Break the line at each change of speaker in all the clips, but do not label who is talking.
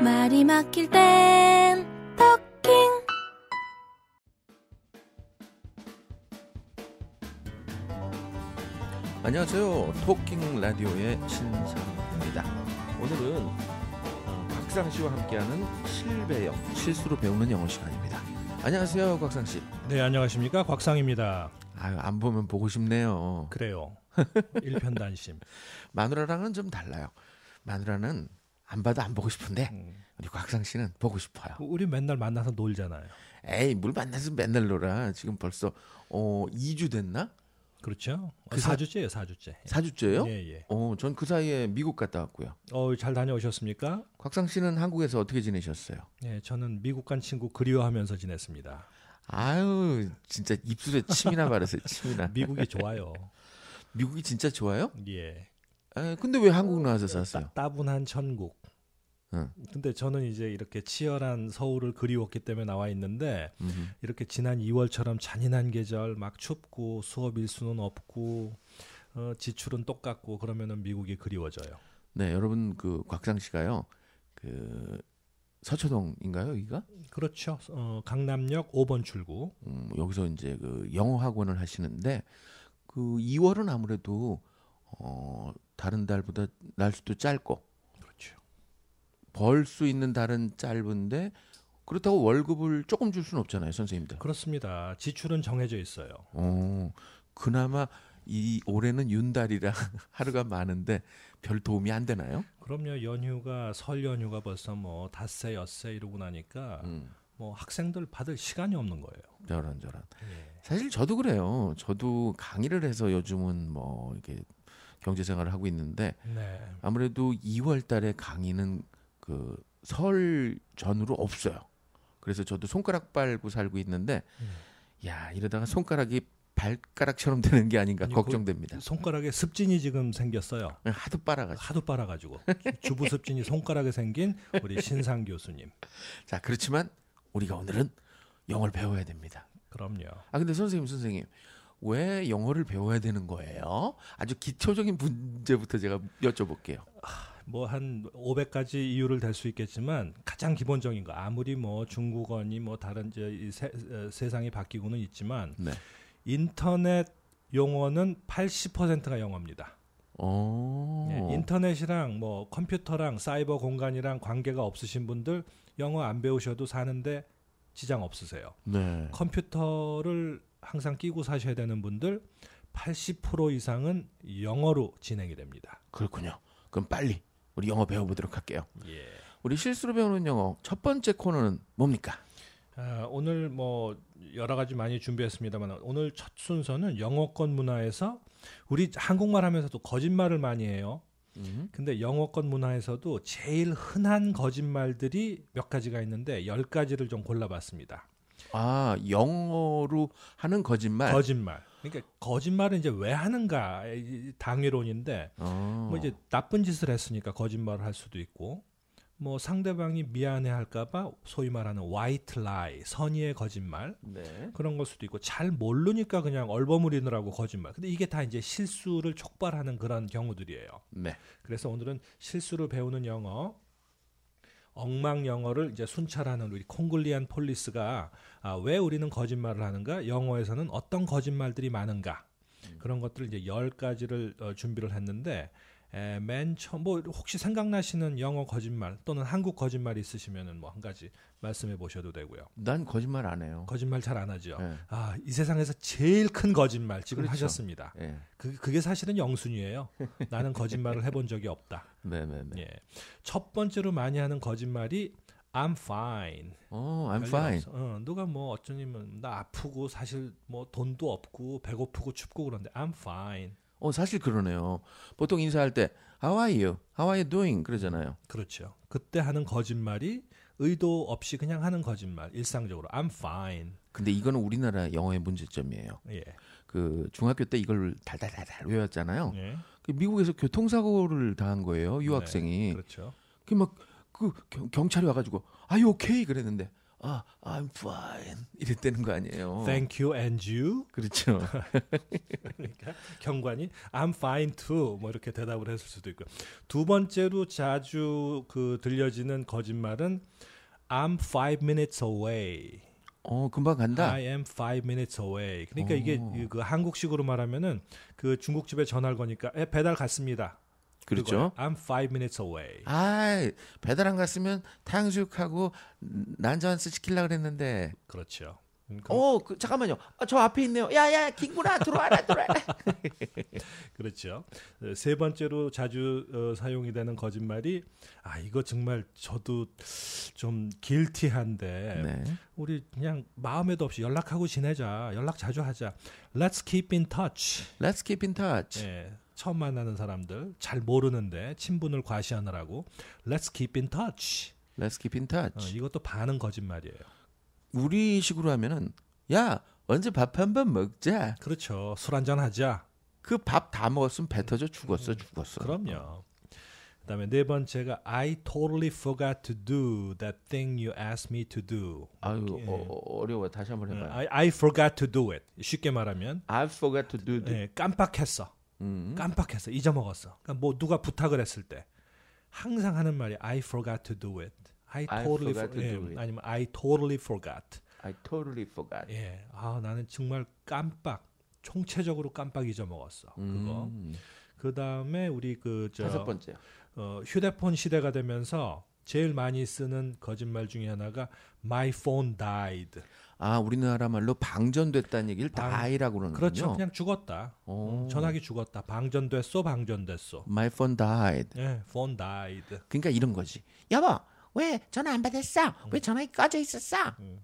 말이 막힐 땐 토킹
안녕하세요. 토킹 라디오의 신상입니다. 오늘은 어, 곽상 씨와 함께하는 실배역 실수로 배우는 영어 시간입니다. 안녕하세요, 곽상 씨.
네, 안녕하십니까. 곽상입니다.
아유, 안 보면 보고 싶네요.
그래요. 일편단심.
마누라랑은 좀 달라요. 마누라는 안 봐도 안 보고 싶은데 우리 곽상 씨는 보고 싶어요.
음. 우리 맨날 만나서 놀잖아요.
에이, 뭘 만나서 맨날 놀아. 지금 벌써 어 2주 됐나?
그렇죠? 어,
그 사-
4주째예요, 4주째.
4주째요?
예, 예.
어, 전 그 사이에 미국 갔다 왔고요.
어, 잘 다녀오셨습니까?
곽상 씨는 한국에서 어떻게 지내셨어요?
예, 저는 미국 간 친구 그리워하면서 지냈습니다.
아유, 진짜 입술에 침이나 바르세요, 침이나.
미국이 좋아요.
미국이 진짜 좋아요?
예.
에, 근데 왜 한국 나와서 샀어요?
따, 분한 천국.
응.
근데 저는 이제 이렇게 치열한 서울을 그리웠기 때문에 나와 있는데
음.
이렇게 지난 2월처럼 잔인한 계절 막 춥고 수업 일수는 없고 어, 지출은 똑같고 그러면은 미국이 그리워져요.
네, 여러분 그 곽상 씨가요. 그 서초동인가요, 여기가?
그렇죠. 어, 강남역 5번 출구.
음, 여기서 이제 그 영어 학원을 하시는데 그 2월은 아무래도 어, 다른 달보다 날수도 짧고
그렇죠.
벌 수 있는 달은 짧은데 그렇다고 월급을 조금 줄 수는 없잖아요, 선생님들.
그렇습니다. 지출은 정해져 있어요.
어, 그나마 이 올해는 윤달이라 하루가 많은데 별 도움이 안 되나요?
그럼요. 연휴가 설 연휴가 벌써 뭐 닷새 엿새 이러고 나니까
음.
뭐 학생들 받을 시간이 없는 거예요.
저런 저런.
예.
사실 저도 그래요. 저도 강의를 해서 요즘은 뭐 이렇게 경제 생활을 하고 있는데
네.
아무래도 2월 달에 강의는 그 설 전후로 없어요. 그래서 저도 손가락 빨고 살고 있는데 야, 이러다가 손가락이 발가락처럼 되는 게 아닌가
아니, 네.
걱정됩니다.
손가락에 습진이 지금 생겼어요.
하도 빨아가지고.
하도 빨아가지고 주부 습진이 손가락에 생긴 우리 신상 교수님.
자, 그렇지만 우리가 오늘은 영어를 배워야 됩니다.
그럼요.
아 근데 선생님 선생님 왜 영어를 배워야 되는 거예요? 아주 기초적인 문제부터 제가 여쭤볼게요.
뭐 한 500가지 이유를 댈 수 있겠지만 가장 기본적인 거 아무리 뭐 중국어니 뭐 다른 이제 이 세, 어, 세상이 바뀌고는 있지만
네.
인터넷 용어는 80%가 영어입니다.
어.
예, 인터넷이랑 뭐 컴퓨터랑 사이버 공간이랑 관계가 없으신 분들 영어 안 배우셔도 사는데 지장 없으세요.
네.
컴퓨터를 항상 끼고 사셔야 되는 분들 80% 이상은 영어로 진행이 됩니다.
그렇군요. 그럼 빨리 우리 영어 배워보도록 할게요.
예.
우리 실수로 배우는 영어 첫 번째 코너는 뭡니까?
아, 오늘 뭐 여러 가지 많이 준비했습니다만 오늘 첫 순서는 영어권 문화에서 우리 한국말 하면서도 거짓말을 많이 해요.
음.
근데 영어권 문화에서도 제일 흔한 거짓말들이 몇 가지가 있는데 열 가지를 좀 골라봤습니다.
아 영어로 하는 거짓말.
거짓말. 그러니까 거짓말은 이제 왜 하는가 이 당위론인데
어.
뭐 이제 나쁜 짓을 했으니까 거짓말을 할 수도 있고 뭐 상대방이 미안해할까봐 소위 말하는 white lie 선의의 거짓말
네.
그런 걸 수도 있고 잘 모르니까 그냥 얼버무리느라고 거짓말. 근데 이게 다 이제 실수를 촉발하는 그런 경우들이에요.
네.
그래서 오늘은 실수를 배우는 영어 엉망 영어를 이제 순찰하는 우리 콩글리안 폴리스가 아, 왜 우리는 거짓말을 하는가? 영어에서는 어떤 거짓말들이 많은가? 그런 것들을 이제 열 가지를 어, 준비를 했는데 에, 맨 처음 뭐 혹시 생각나시는 영어 거짓말 또는 한국 거짓말 있으시면은 뭐 한 가지 말씀해 보셔도 되고요.
난 거짓말 안 해요.
거짓말 잘 안 하죠.
예.
아, 이 세상에서 제일 큰 거짓말 지금
그렇죠.
하셨습니다.
예.
그, 그게 사실은 영순이에요. 나는 거짓말을 해본 적이 없다.
네, 네, 네.
예. 첫 번째로 많이 하는 거짓말이 I'm fine.
어, I'm
별일
fine.
없어. 어, 누가 뭐 어쩌면 나 아프고 사실 뭐 돈도 없고 배고프고 춥고 그런데 I'm fine.
어, 사실 그러네요. 보통 인사할 때 How are you? How are you doing? 그러잖아요.
그렇죠. 그때 하는 거짓말이 의도 없이 그냥 하는 거짓말. 일상적으로 I'm fine.
근데 이거는 우리나라 영어의 문제점이에요.
예.
그 중학교 때 이걸 달달달달 외웠잖아요.
예.
그 미국에서 교통사고를 당한 거예요. 유학생이.
그렇죠.
그 막 그 경찰이 와가지고 아유 오케이 그랬는데 아, I'm fine 이랬다는 거 아니에요.
Thank you and you.
그렇죠.
그러니까 경관이 I'm fine too 뭐 이렇게 대답을 했을 수도 있고 두 번째로 자주 그 들려지는 거짓말은 I'm five minutes away.
어, 금방 간다.
I am five minutes away. 그러니까
오.
이게 그 한국식으로 말하면은 그 중국집에 전화를 거니까 에, 배달 갔습니다.
그렇죠.
그거예요. I'm five minutes away.
아, 배달 안 갔으면 탕수육하고 난전스 시킬라 그랬는데.
그렇죠. 음, 그-
어, 그, 잠깐만요. 아, 저 앞에 있네요. 야, 야, 김구라 들어와라, 들어와라.
그렇죠. 어, 세 번째로 자주 어, 사용이 되는 거짓말이 아 이거 정말 저도 좀 길티한데
네.
우리 그냥 마음에도 없이 연락하고 지내자. 연락 자주 하자. Let's keep in touch.
Let's keep in touch.
예. 처음 만나는 사람들 잘 모르는데 친분을 과시하느라고 Let's keep in touch.
Let's keep in
어,
touch.
이것도 반은 거짓말이에요.
우리 식으로 하면은 야, 언제 밥 한 번 먹자.
그렇죠. 술 한잔 하자.
그 밥 다 먹었으면 배 터져 죽었어, 죽었어.
음.
그러니까.
그럼요. 그다음에 네 번째가 I totally forgot to do that thing you asked me to do.
아유,
예. 음,
어, 어, 어려워. 다시 한번 해 봐요.
I, I forgot to do it. 쉽게 말하면
I forgot to do this.
아, 예, 깜빡했어.
음.
깜빡했어. 잊어먹었어. 그러니까 뭐 누가 부탁을 했을 때 항상 하는 말이 I forgot to do it. I
I
totally
forgot
for-
to
예,
do it.
아니면 I totally forgot.
I totally forgot.
예. 아, 나는 정말 깜빡 총체적으로 깜빡 잊어먹었어. 그거.
음.
그다음에 우리 그저
다섯 번째.
어, 휴대폰 시대가 되면서 제일 많이 쓰는 거짓말 중에 하나가 my phone died.
아, 우리나라 말로 방전됐다는 얘기를
방-
die라고 그러는군요.
그렇죠. 그냥 죽었다. 음,
오.
전화기 죽었다. 방전됐어, 방전됐어.
My phone died.
예, phone died.
그러니까 이런 거지. 여보, 왜 전화 안 받았어? 왜 전화기 꺼져 있었어?
음.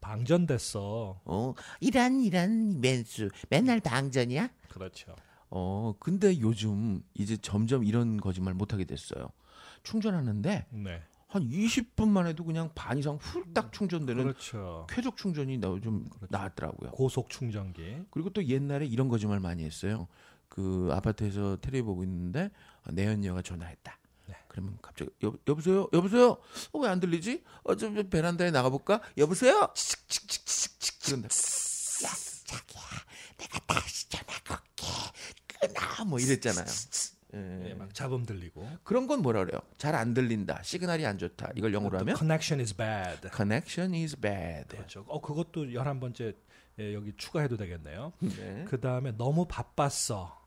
방전됐어.
어, 이런 이런 맨수 맨날 방전이야?
그렇죠.
어, 근데 요즘 이제 점점 이런 거짓말 못 하게 됐어요. 충전하는데
네.
한 20분만 해도 그냥 반 이상 훌딱 충전되는
그렇죠.
쾌적 충전이 나 요즘 나왔더라고요.
고속 충전기.
그리고 또 옛날에 이런 거짓말 많이 했어요. 그 아파트에서 텔레비 보고 있는데 아, 내 언니가 전화했다. 그러면 갑자기 여, 여보세요 여보세요 어, 왜 안 들리지 어, 저, 저 베란다에 나가볼까 여보세요 치칙치칙치칙 그런다 야 자기야 내가 다시 전화 걸게 끊어 뭐 이랬잖아요 예.
예, 막 잡음 들리고.
그런 건 뭐라 그래요 잘 안 들린다 시그널이 안 좋다 이걸 영어로
The
하면 네.
connection is bad.
connection is bad
그렇죠. 어, 그것도 11번째 예, 여기 추가해도 되겠네요.
네. 음.
그 다음에 너무 바빴어.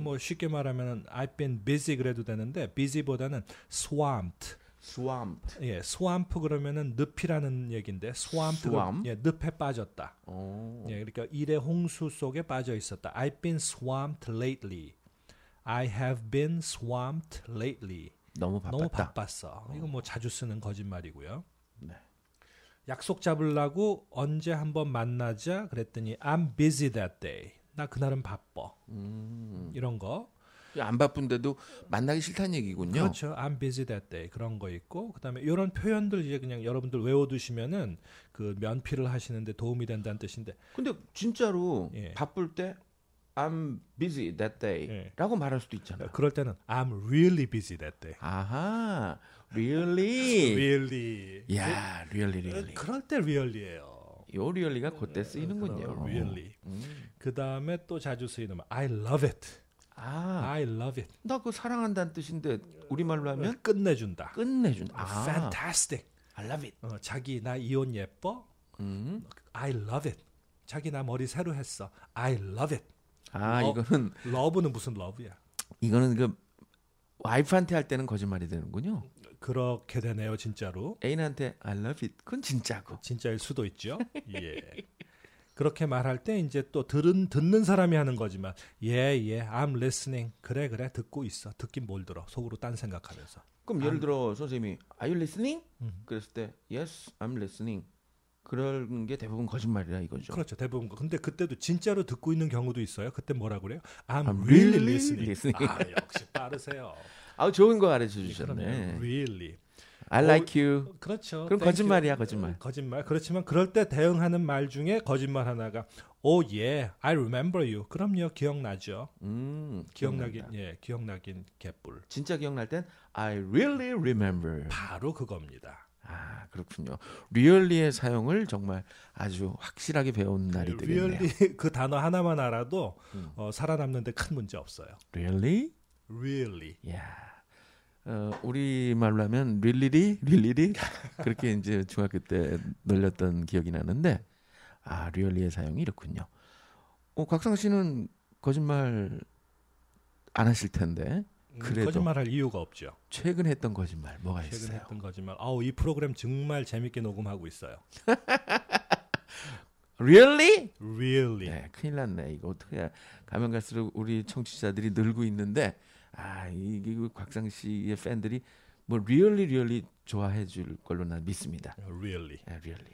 뭐 쉽게 말하면 I've been busy 그래도 되는데 busy보다는 swamped.
swamped
예, swamp 그러면은 늪이라는 얘긴데 swamped. 그-
Swamp?
예, 늪에 빠졌다.
어.
예, 그러니까 일의 홍수 속에 빠져 있었다. I've been swamped lately. I have been swamped lately.
너무 바빴다
너무 바빴어. 이거 뭐 자주 쓰는 거짓말이고요.
네.
약속 잡으려고 언제 한번 만나자 그랬더니 I'm busy that day. 나 그날은 바빠.
음.
이런 거.
예, 안 바쁜데도 만나기 싫다는 얘기군요
그렇죠. I'm busy that day. 그런 거 있고 그다음에 이런 표현들 이제 그냥 여러분들 외워 두시면은 그 면피를 하시는데 도움이 된다는 뜻인데
근데 진짜로
예.
바쁠 때 I'm busy that
예.
day라고 말할 수도 있잖아요.
그럴 때는 I'm really busy that day.
아하, really? 어.
really.
야, really, really.
그럴 때 really예요.
요 really가 그때 쓰이는군요.
아, really.
음.
그다음에 또 자주 쓰이는 말, I love it.
아,
I love it.
나 그거 사랑한다는 뜻인데 우리말로 하면
끝내준다.
끝내준. 아,
Fantastic.
I love it.
어, 자기 나 이혼 예뻐.
음.
I love it. 자기 나 머리 새로 했어. I love it.
아,
어.
이거는
러브는 무슨 러브야?
이거는 그 와이프한테 할 때는 거짓말이 되는군요.
그렇게 되네요, 진짜로.
애인한테 I love it. 그건 진짜고.
진짜일 수도 있죠. 예. 그렇게 말할 때 이제 또 들은 듣는 사람이 하는 거지만 예, 예. I'm listening. 그래, 그래. 듣고 있어. 듣긴 뭘 들어. 속으로 딴 생각하면서.
그럼 예를 들어 선생님이 Are you listening?
음.
그랬을 때 Yes, I'm listening. 그런 게 대부분 거짓말이라 이거죠.
그렇죠. 대부분. 근데 그때도 진짜로 듣고 있는 경우도 있어요. 그때 뭐라 그래요? I'm,
I'm
really,
really
listening.
listening.
아, 역시 빠르세요.
아 좋은 거 가르쳐
예,
주셨네.
그러면
예.
really.
I like you.
그렇죠.
그럼
Thank
거짓말이야,
you. 어,
거짓말.
거짓말. 그렇지만 그럴 때 대응하는 말 중에 거짓말 하나가 Oh yeah, I remember you. 그럼요, 기억나죠.
음,
기억나긴
기억난다. 음.
예, 기억나긴 개뿔.
진짜 기억날 땐 I really remember.
바로 그겁니다.
아 그렇군요. 리얼리의 사용을 정말 아주 확실하게 배운 날이 되겠네요.
예, really 그 단어 하나만 알아도
음.
어, 살아남는데 큰 문제 없어요.
Really?
really
야. 어, 우리 말로 하면 릴리리 릴리리 그렇게 이제 중학교 때 놀렸던 기억이 나는데 아 리얼리의 사용이 이렇군요. 어, 곽상 씨는 거짓말 안 하실 텐데
음,
그래도.
거짓말할 이유가 없죠.
최근 했던 거짓말 뭐가
최근
있어요?
했던 거짓말. 아우 이 프로그램 정말 재밌게 녹음하고 있어요.
Really?
really
네, 큰일 났네. 이거 어떻게 해야- 가면 갈수록 우리 청취자들이 늘고 있는데 아, 이게 그 곽상 씨의 팬들이 뭐 리얼리 리얼리 좋아해 줄 걸로 난 믿습니다.
really
네, 리얼리.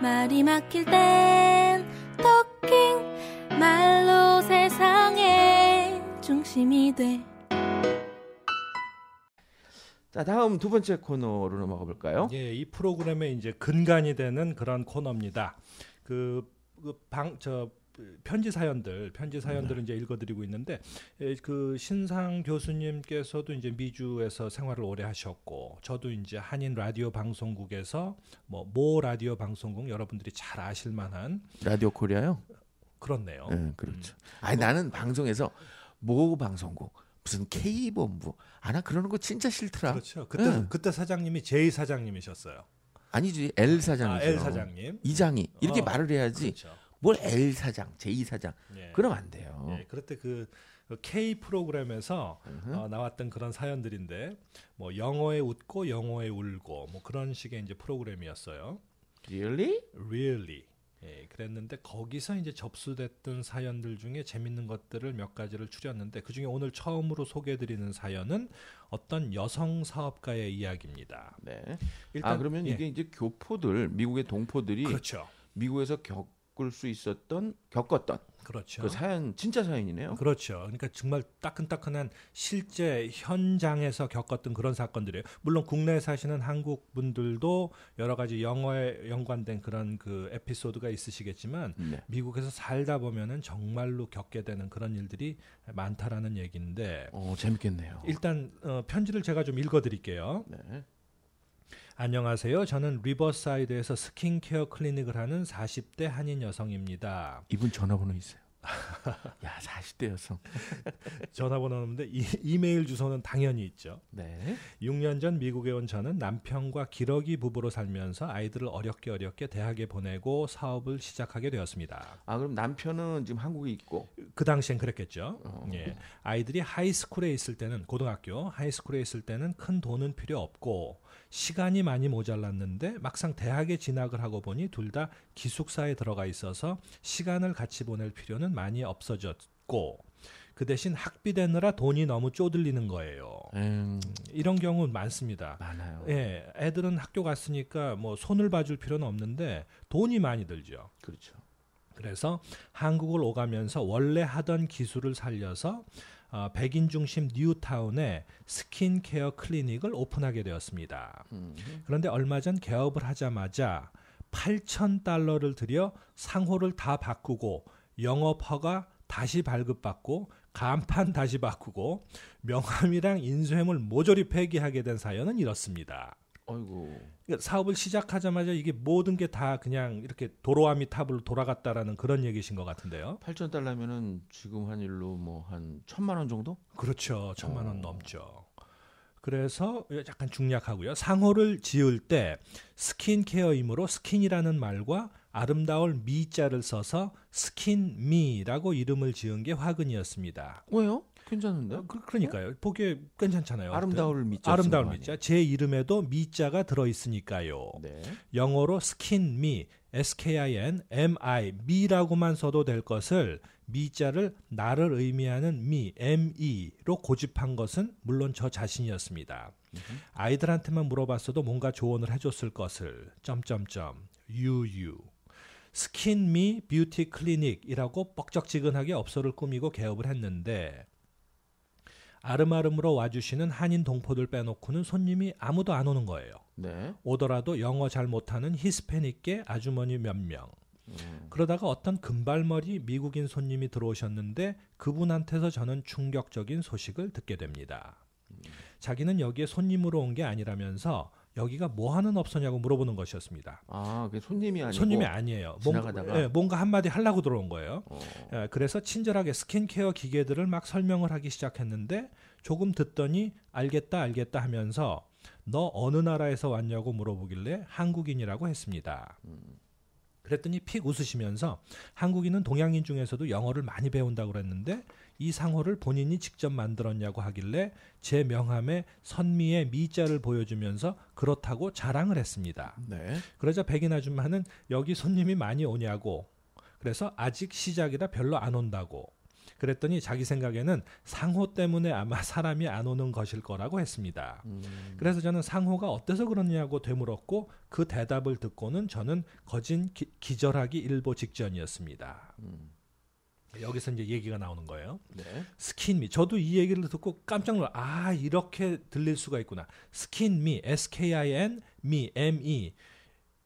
말이 막힐 땐 토킹 말로 세상의 중심이 돼
자, 다음 두 번째 코너로 넘어가 볼까요?
예, 이 프로그램의 이제 근간이 되는 그런 코너입니다. 그, 그방저 편지 사연들, 편지
네.
사연들을 이제 읽어드리고 있는데 예, 그 신상 교수님께서도 이제 미주에서 생활을 오래 하셨고 저도 이제 한인 라디오 방송국에서 뭐 모 라디오 방송국 여러분들이 잘 아실 만한
라디오 코리아요?
그렇네요.
네, 그렇죠.
음.
아니 나는 방송에서 모 방송국 무슨 K 본부 아나 그러는 거 진짜 싫더라.
그렇죠. 그때
음.
그때 사장님이 제이 사장님이셨어요.
아니지 L 사장이죠.
아, 엘 사장님.
이장이 이렇게
어,
말을 해야지
그렇죠.
뭘 L 사장, J 사장
예.
그럼 안 돼요.
예, 그럴 때그 K 프로그램에서 어, 나왔던 그런 사연들인데 뭐 영어에 웃고 영어에 울고 뭐 그런 식의 이제 프로그램이었어요.
Really?
Really. 예, 그랬는데 거기서 이제 접수됐던 사연들 중에 재밌는 것들을 몇 가지를 추렸는데 그 중에 오늘 처음으로 소개해드리는 사연은 어떤 여성 사업가의 이야기입니다.
네.
일단
아 그러면
예,
이게 이제 교포들 미국의 동포들이
그렇죠,
미국에서 겪을 수 있었던 겪었던
그렇죠.
그 사연 진짜 사연이네요.
그렇죠. 그러니까 정말 따끈따끈한 실제 현장에서 겪었던 그런 사건들이에요. 물론 국내에 사시는 한국 분들도 여러 가지 영어에 연관된 그런 그 에피소드가 있으시겠지만
네.
미국에서 살다 보면은 정말로 겪게 되는 그런 일들이 많다라는 얘기인데
어 재밌겠네요.
일단 어, 편지를 제가 좀 읽어드릴게요.
네.
안녕하세요. 저는 리버사이드에서 스킨케어 클리닉을 하는 40대 한인 여성입니다.
이분 전화번호 있어요. 야 40대 여성.
전화번호 없는데 이, 이메일 주소는 당연히 있죠.
네.
6년 전 미국에 온 저는 남편과 기러기 부부로 살면서 아이들을 어렵게 어렵게 대학에 보내고 사업을 시작하게 되었습니다.
아 그럼 남편은 지금 한국에 있고
그 당시엔 그랬겠죠.
어.
예. 아이들이 하이스쿨에 있을 때는 고등학교 하이스쿨에 있을 때는 큰 돈은 필요 없고 시간이 많이 모자랐는데 막상 대학에 진학을 하고 보니 둘 다 기숙사에 들어가 있어서 시간을 같이 보낼 필요는 많이 없어졌고 그 대신 학비 대느라 돈이 너무 쪼들리는 거예요.
음,
이런 경우 많습니다.
많아요.
예, 애들은 학교 갔으니까 뭐 손을 봐줄 필요는 없는데 돈이 많이 들죠.
그렇죠.
그래서 한국을 오가면서 원래 하던 기술을 살려서 어, 백인 중심 뉴타운에 스킨케어 클리닉을 오픈하게 되었습니다.
음.
그런데 얼마 전 개업을 하자마자 8천 달러를 들여 상호를 다 바꾸고 영업 허가 다시 발급받고 간판 다시 바꾸고 명함이랑 인쇄물 모조리 폐기하게 된 사연은 이렇습니다.
어이구.
그러니까 사업을 시작하자마자 이게 모든 게 다 그냥 이렇게 도로아미 탑으로 돌아갔다라는 그런 얘기신 것 같은데요.
8천 달러면은 지금 환율로 뭐 한 천만 원 정도?
그렇죠. 천만 원
어.
넘죠. 그래서 약간 중략하고요. 상호를 지을 때 스킨케어이므로 스킨이라는 말과 아름다울 미자를 써서 스킨미라고 이름을 지은 게 화근이었습니다.
왜요? 괜찮은데? 네.
그, 그러니까요. 보기에 괜찮잖아요.
아름다울 미자.
아름다울
쓴거
미자. 제 이름에도 미자가 들어 있으니까요.
아니에요? 네.
영어로 skin me, skin mi, me라고만 써도 될 것을 미자를 나를 의미하는 me, me로 고집한 것은 물론 저 자신이었습니다.
음.
아이들한테만 물어봤어도 뭔가 조언을 해줬을 것을 점점점 유유 스킨 미 뷰티 클리닉이라고 뻑적지근하게 업소를 꾸미고 개업을 했는데 아름아름으로 와주시는 한인 동포들 빼놓고는 손님이 아무도 안 오는 거예요.
네.
오더라도 영어 잘 못하는 히스패닉계 아주머니 몇 명.
음.
그러다가 어떤 금발머리 미국인 손님이 들어오셨는데 그분한테서 저는
음.
충격적인 소식을 듣게 됩니다. 자기는 여기에 손님으로 온 게 아니라면서 여기가 뭐 하는 업소냐고 물어보는 것이었습니다.
아, 그 손님이 아니고
손님이 아니에요.
지나가다가?
뭔가, 예, 뭔가 한마디 하려고 들어온 거예요.
어,
예, 그래서 친절하게 스킨케어 기계들을 막 설명을 하기 시작했는데 조금 듣더니 알겠다 알겠다 하면서 너 어느 나라에서 왔냐고 물어보길래 한국인이라고 했습니다. 그랬더니 픽 웃으시면서 한국인은 동양인 중에서도 영어를 많이 배운다고 그랬는데 이 상호를 본인이 직접 만들었냐고 하길래 제 명함에 선미의 미자를 보여주면서 그렇다고 자랑을 했습니다.
네.
그러자 백인 아줌마는 여기 손님이 많이 오냐고 그래서 아직 시작이라 별로 안 온다고 그랬더니 자기 생각에는 상호 때문에 아마 사람이 안 오는 것일 거라고 했습니다.
음,
그래서 저는 상호가 어때서 그러냐고 되물었고 그 대답을 듣고는 저는 거진 기, 기절하기 일보 직전이었습니다.
음,
여기서 이제 얘기가 나오는 거예요.
네.
스킨미. 저도 이 얘기를 듣고 깜짝 놀라. 아 이렇게 들릴 수가 있구나. 스킨미, S-K-I-N, 미, M-E.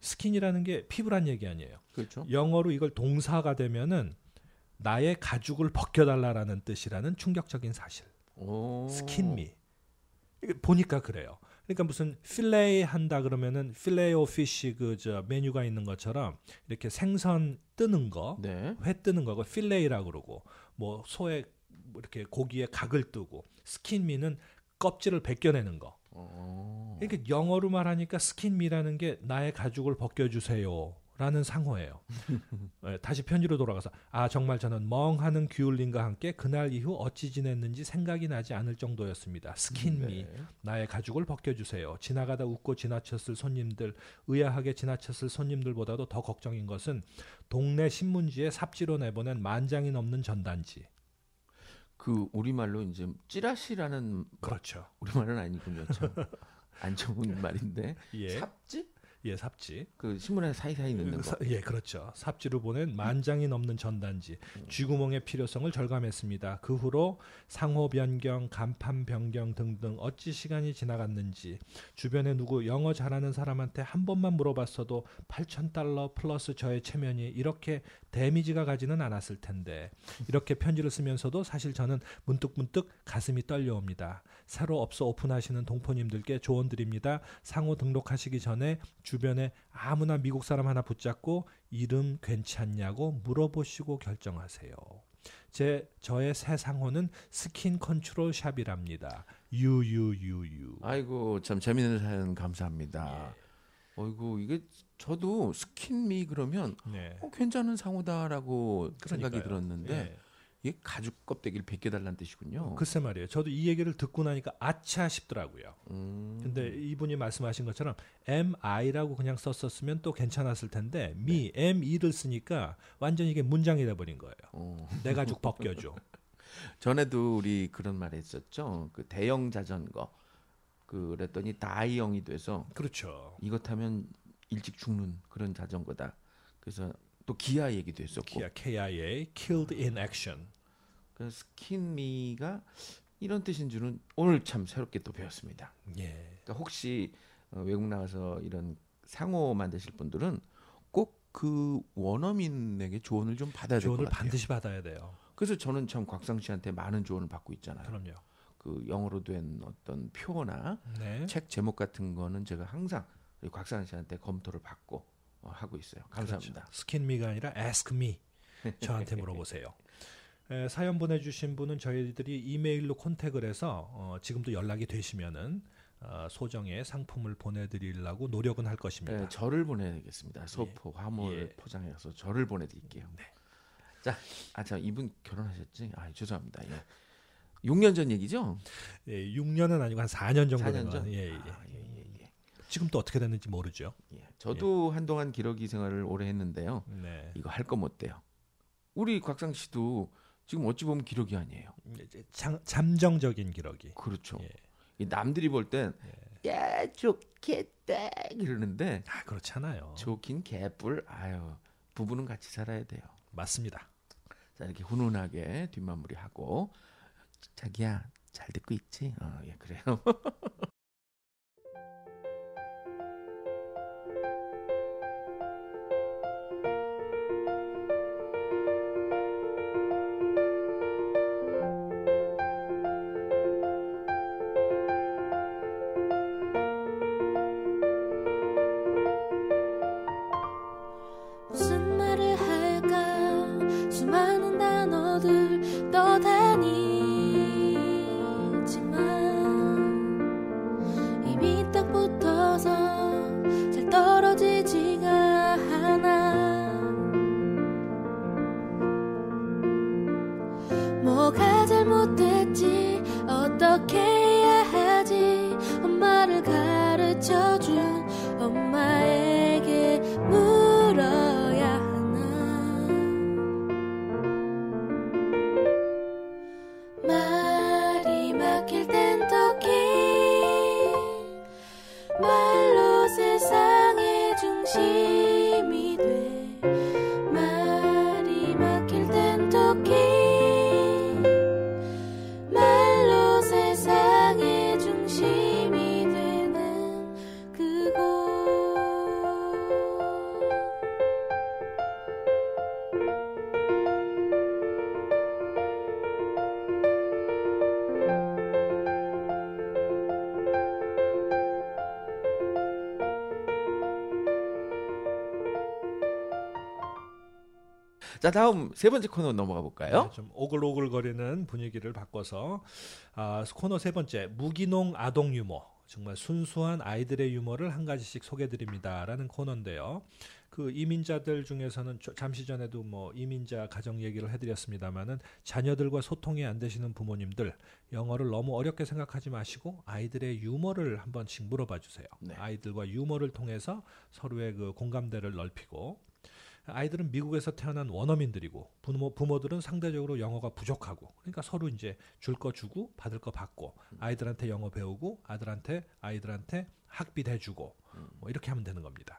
스킨이라는 게 피부란 얘기 아니에요.
그렇죠.
영어로 이걸 동사가 되면은 나의 가죽을 벗겨달라라는 뜻이라는 충격적인 사실.
오.
스킨미. 이게 보니까 그래요. 그러니까 무슨 필레이 한다 그러면은 필레오 피쉬 그 저 메뉴가 있는 것처럼 이렇게 생선 뜨는 거
네.
회 뜨는 거고 필레이라고 그러고 뭐 소의 뭐 이렇게 고기에 각을 뜨고 스킨미는 껍질을 벗겨내는 거.
어.
그러니까 영어로 말하니까 스킨미라는 게 나의 가죽을 벗겨주세요라는 상호예요. 예, 다시 편지로 돌아가서 아 정말 저는 멍하는 귀울림과 함께 그날 이후 어찌 지냈는지 생각이 나지 않을 정도였습니다. 스킨미
네.
나의 가죽을 벗겨주세요. 지나가다 웃고 지나쳤을 손님들, 의아하게 지나쳤을 손님들보다도 더 걱정인 것은 동네 신문지에 삽지로 내보낸 만장이 넘는 전단지.
그 우리말로 이제 찌라시라는
그렇죠.
우리말은 아니군요. 참. 안 좋은 말인데
예,
삽지?
예, 삽지.
그 신문에 사이사이 넣는 거. 음.
사- 예, 그렇죠. 삽지로 보낸 만장이 넘는 전단지, 쥐구멍의 필요성을 절감했습니다. 그 후로 상호 변경, 간판 변경 등등 어찌 시간이 지나갔는지 주변에 누구 영어 잘하는 사람한테 한 번만 물어봤어도 8천 달러 플러스 저의 체면이 이렇게 데미지가 가지는 않았을 텐데 이렇게 편지를 쓰면서도 사실 저는 문득문득 가슴이 떨려옵니다. 새로 업소 오픈하시는 동포님들께 조언드립니다. 상호 등록하시기 전에 주변에 아무나 미국 사람 하나 붙잡고 이름 괜찮냐고 물어보시고 결정하세요. 제 저의 새 상호는 스킨 컨트롤 샵이랍니다. 유유유유.
아이고 참 재밌는 사연 감사합니다.
예.
어이구 이게 저도 스킨미 그러면
네.
어, 괜찮은 상호다라고 생각이
그러니까요.
들었는데
예. 그
이게 가죽 껍데기를 벗겨달라는 뜻이군요.
글쎄 말이에요. 저도 이 얘기를 듣고 나니까 아차 싶더라고요.
음,
근데 이분이 말씀하신 것처럼 MI라고 그냥 썼었으면 또 괜찮았을 텐데 미
네.
ME를 쓰니까 완전 히 이게 문장이 돼 버린 거예요.
어.
내 가죽 벗겨줘.
전에도 우리 그런 말 했었죠. 그 대형 자전거 그랬더니 다이형이 돼서
그렇죠.
이것 타면 일찍 죽는 그런 자전거다. 그래서 또 기아 얘기도 했었고
기아 KIA Killed
음.
in Action.
그 스킨미가 이런 뜻인 줄은 오늘 참 새롭게 또 배웠습니다.
예.
그러니까 혹시 어, 외국 나가서 이런 상호 만드실 분들은 꼭 그 원어민에게 조언을 좀 받아야 될 것
조언을
같아요.
반드시 받아야 돼요.
그래서 저는 참 곽상 씨한테 많은 조언을 받고 있잖아요.
그럼요.
그 영어로 된 어떤 표어나
네.
책 제목 같은 거는 제가 항상 우리 곽상 씨한테 검토를 받고 어, 하고 있어요. 감사합니다.
그렇죠. 스킨미가 아니라 ask me. 저한테 물어보세요. 에, 사연 보내주신 분은 저희들이 이메일로 컨택을 해서 어, 지금도 연락이 되시면은 어, 소정의 상품을 보내드리려고 노력은 할 것입니다.
네, 절을 보내겠습니다. 소포 화물
예. 네.
포장해서 절을 보내드릴게요. 자, 아, 참 이분 결혼하셨지? 아, 죄송합니다. 예. 6년 전 얘기죠?
예, 6년은 아니고 한 4년 정도
4년 전?
된 예, 예.
아, 예, 예, 예.
지금 또 어떻게 됐는지 모르죠.
예. 저도 한동안 기러기 생활을 오래 했는데요.
네.
이거 할 거 못돼요. 우리 곽상 씨도 지금 어찌 보면 기러기 아니에요.
이제 장- 잠정적인 기러기.
그렇죠.
예.
이 남들이 볼 땐 야, 좋겠다 이러는데
아 그렇잖아요.
좋긴 개뿔. 아유, 부부는 같이 살아야 돼요.
맞습니다.
자 이렇게 훈훈하게 뒷마무리하고 자기야 잘 듣고 있지? 어, 예 그래요.
엄마에게 물어야 하나 말이 막힐 땐 토킹 말로 세상의 중심이 돼 말이 막힐 땐 토킹 말로 세상의 중심이 되는 그곳
자 다음 세 번째 코너 넘어가 볼까요?
네, 좀 오글오글거리는 분위기를 바꿔서 아, 코너 세 번째 무기농 아동 유머 정말 순수한 아이들의 유머를 한 가지씩 소개드립니다라는 코너인데요. 그 이민자들 중에서는 저- 잠시 전에도 뭐 이민자 가정 얘기를 해드렸습니다만은 자녀들과 소통이 안 되시는 부모님들 영어를 너무 어렵게 생각하지 마시고 아이들의 유머를 한 번씩 물어봐 주세요.
네.
아이들과 유머를 통해서 서로의 그 공감대를 넓히고 아이들은 미국에서 태어난 원어민들이고 부모, 부모들은 상대적으로 영어가 부족하고 그러니까 서로 이제 줄 거 주고 받을 거 받고 아이들한테 영어 배우고 아들한테 아이들한테 학비 대주고 뭐 이렇게 하면 되는 겁니다.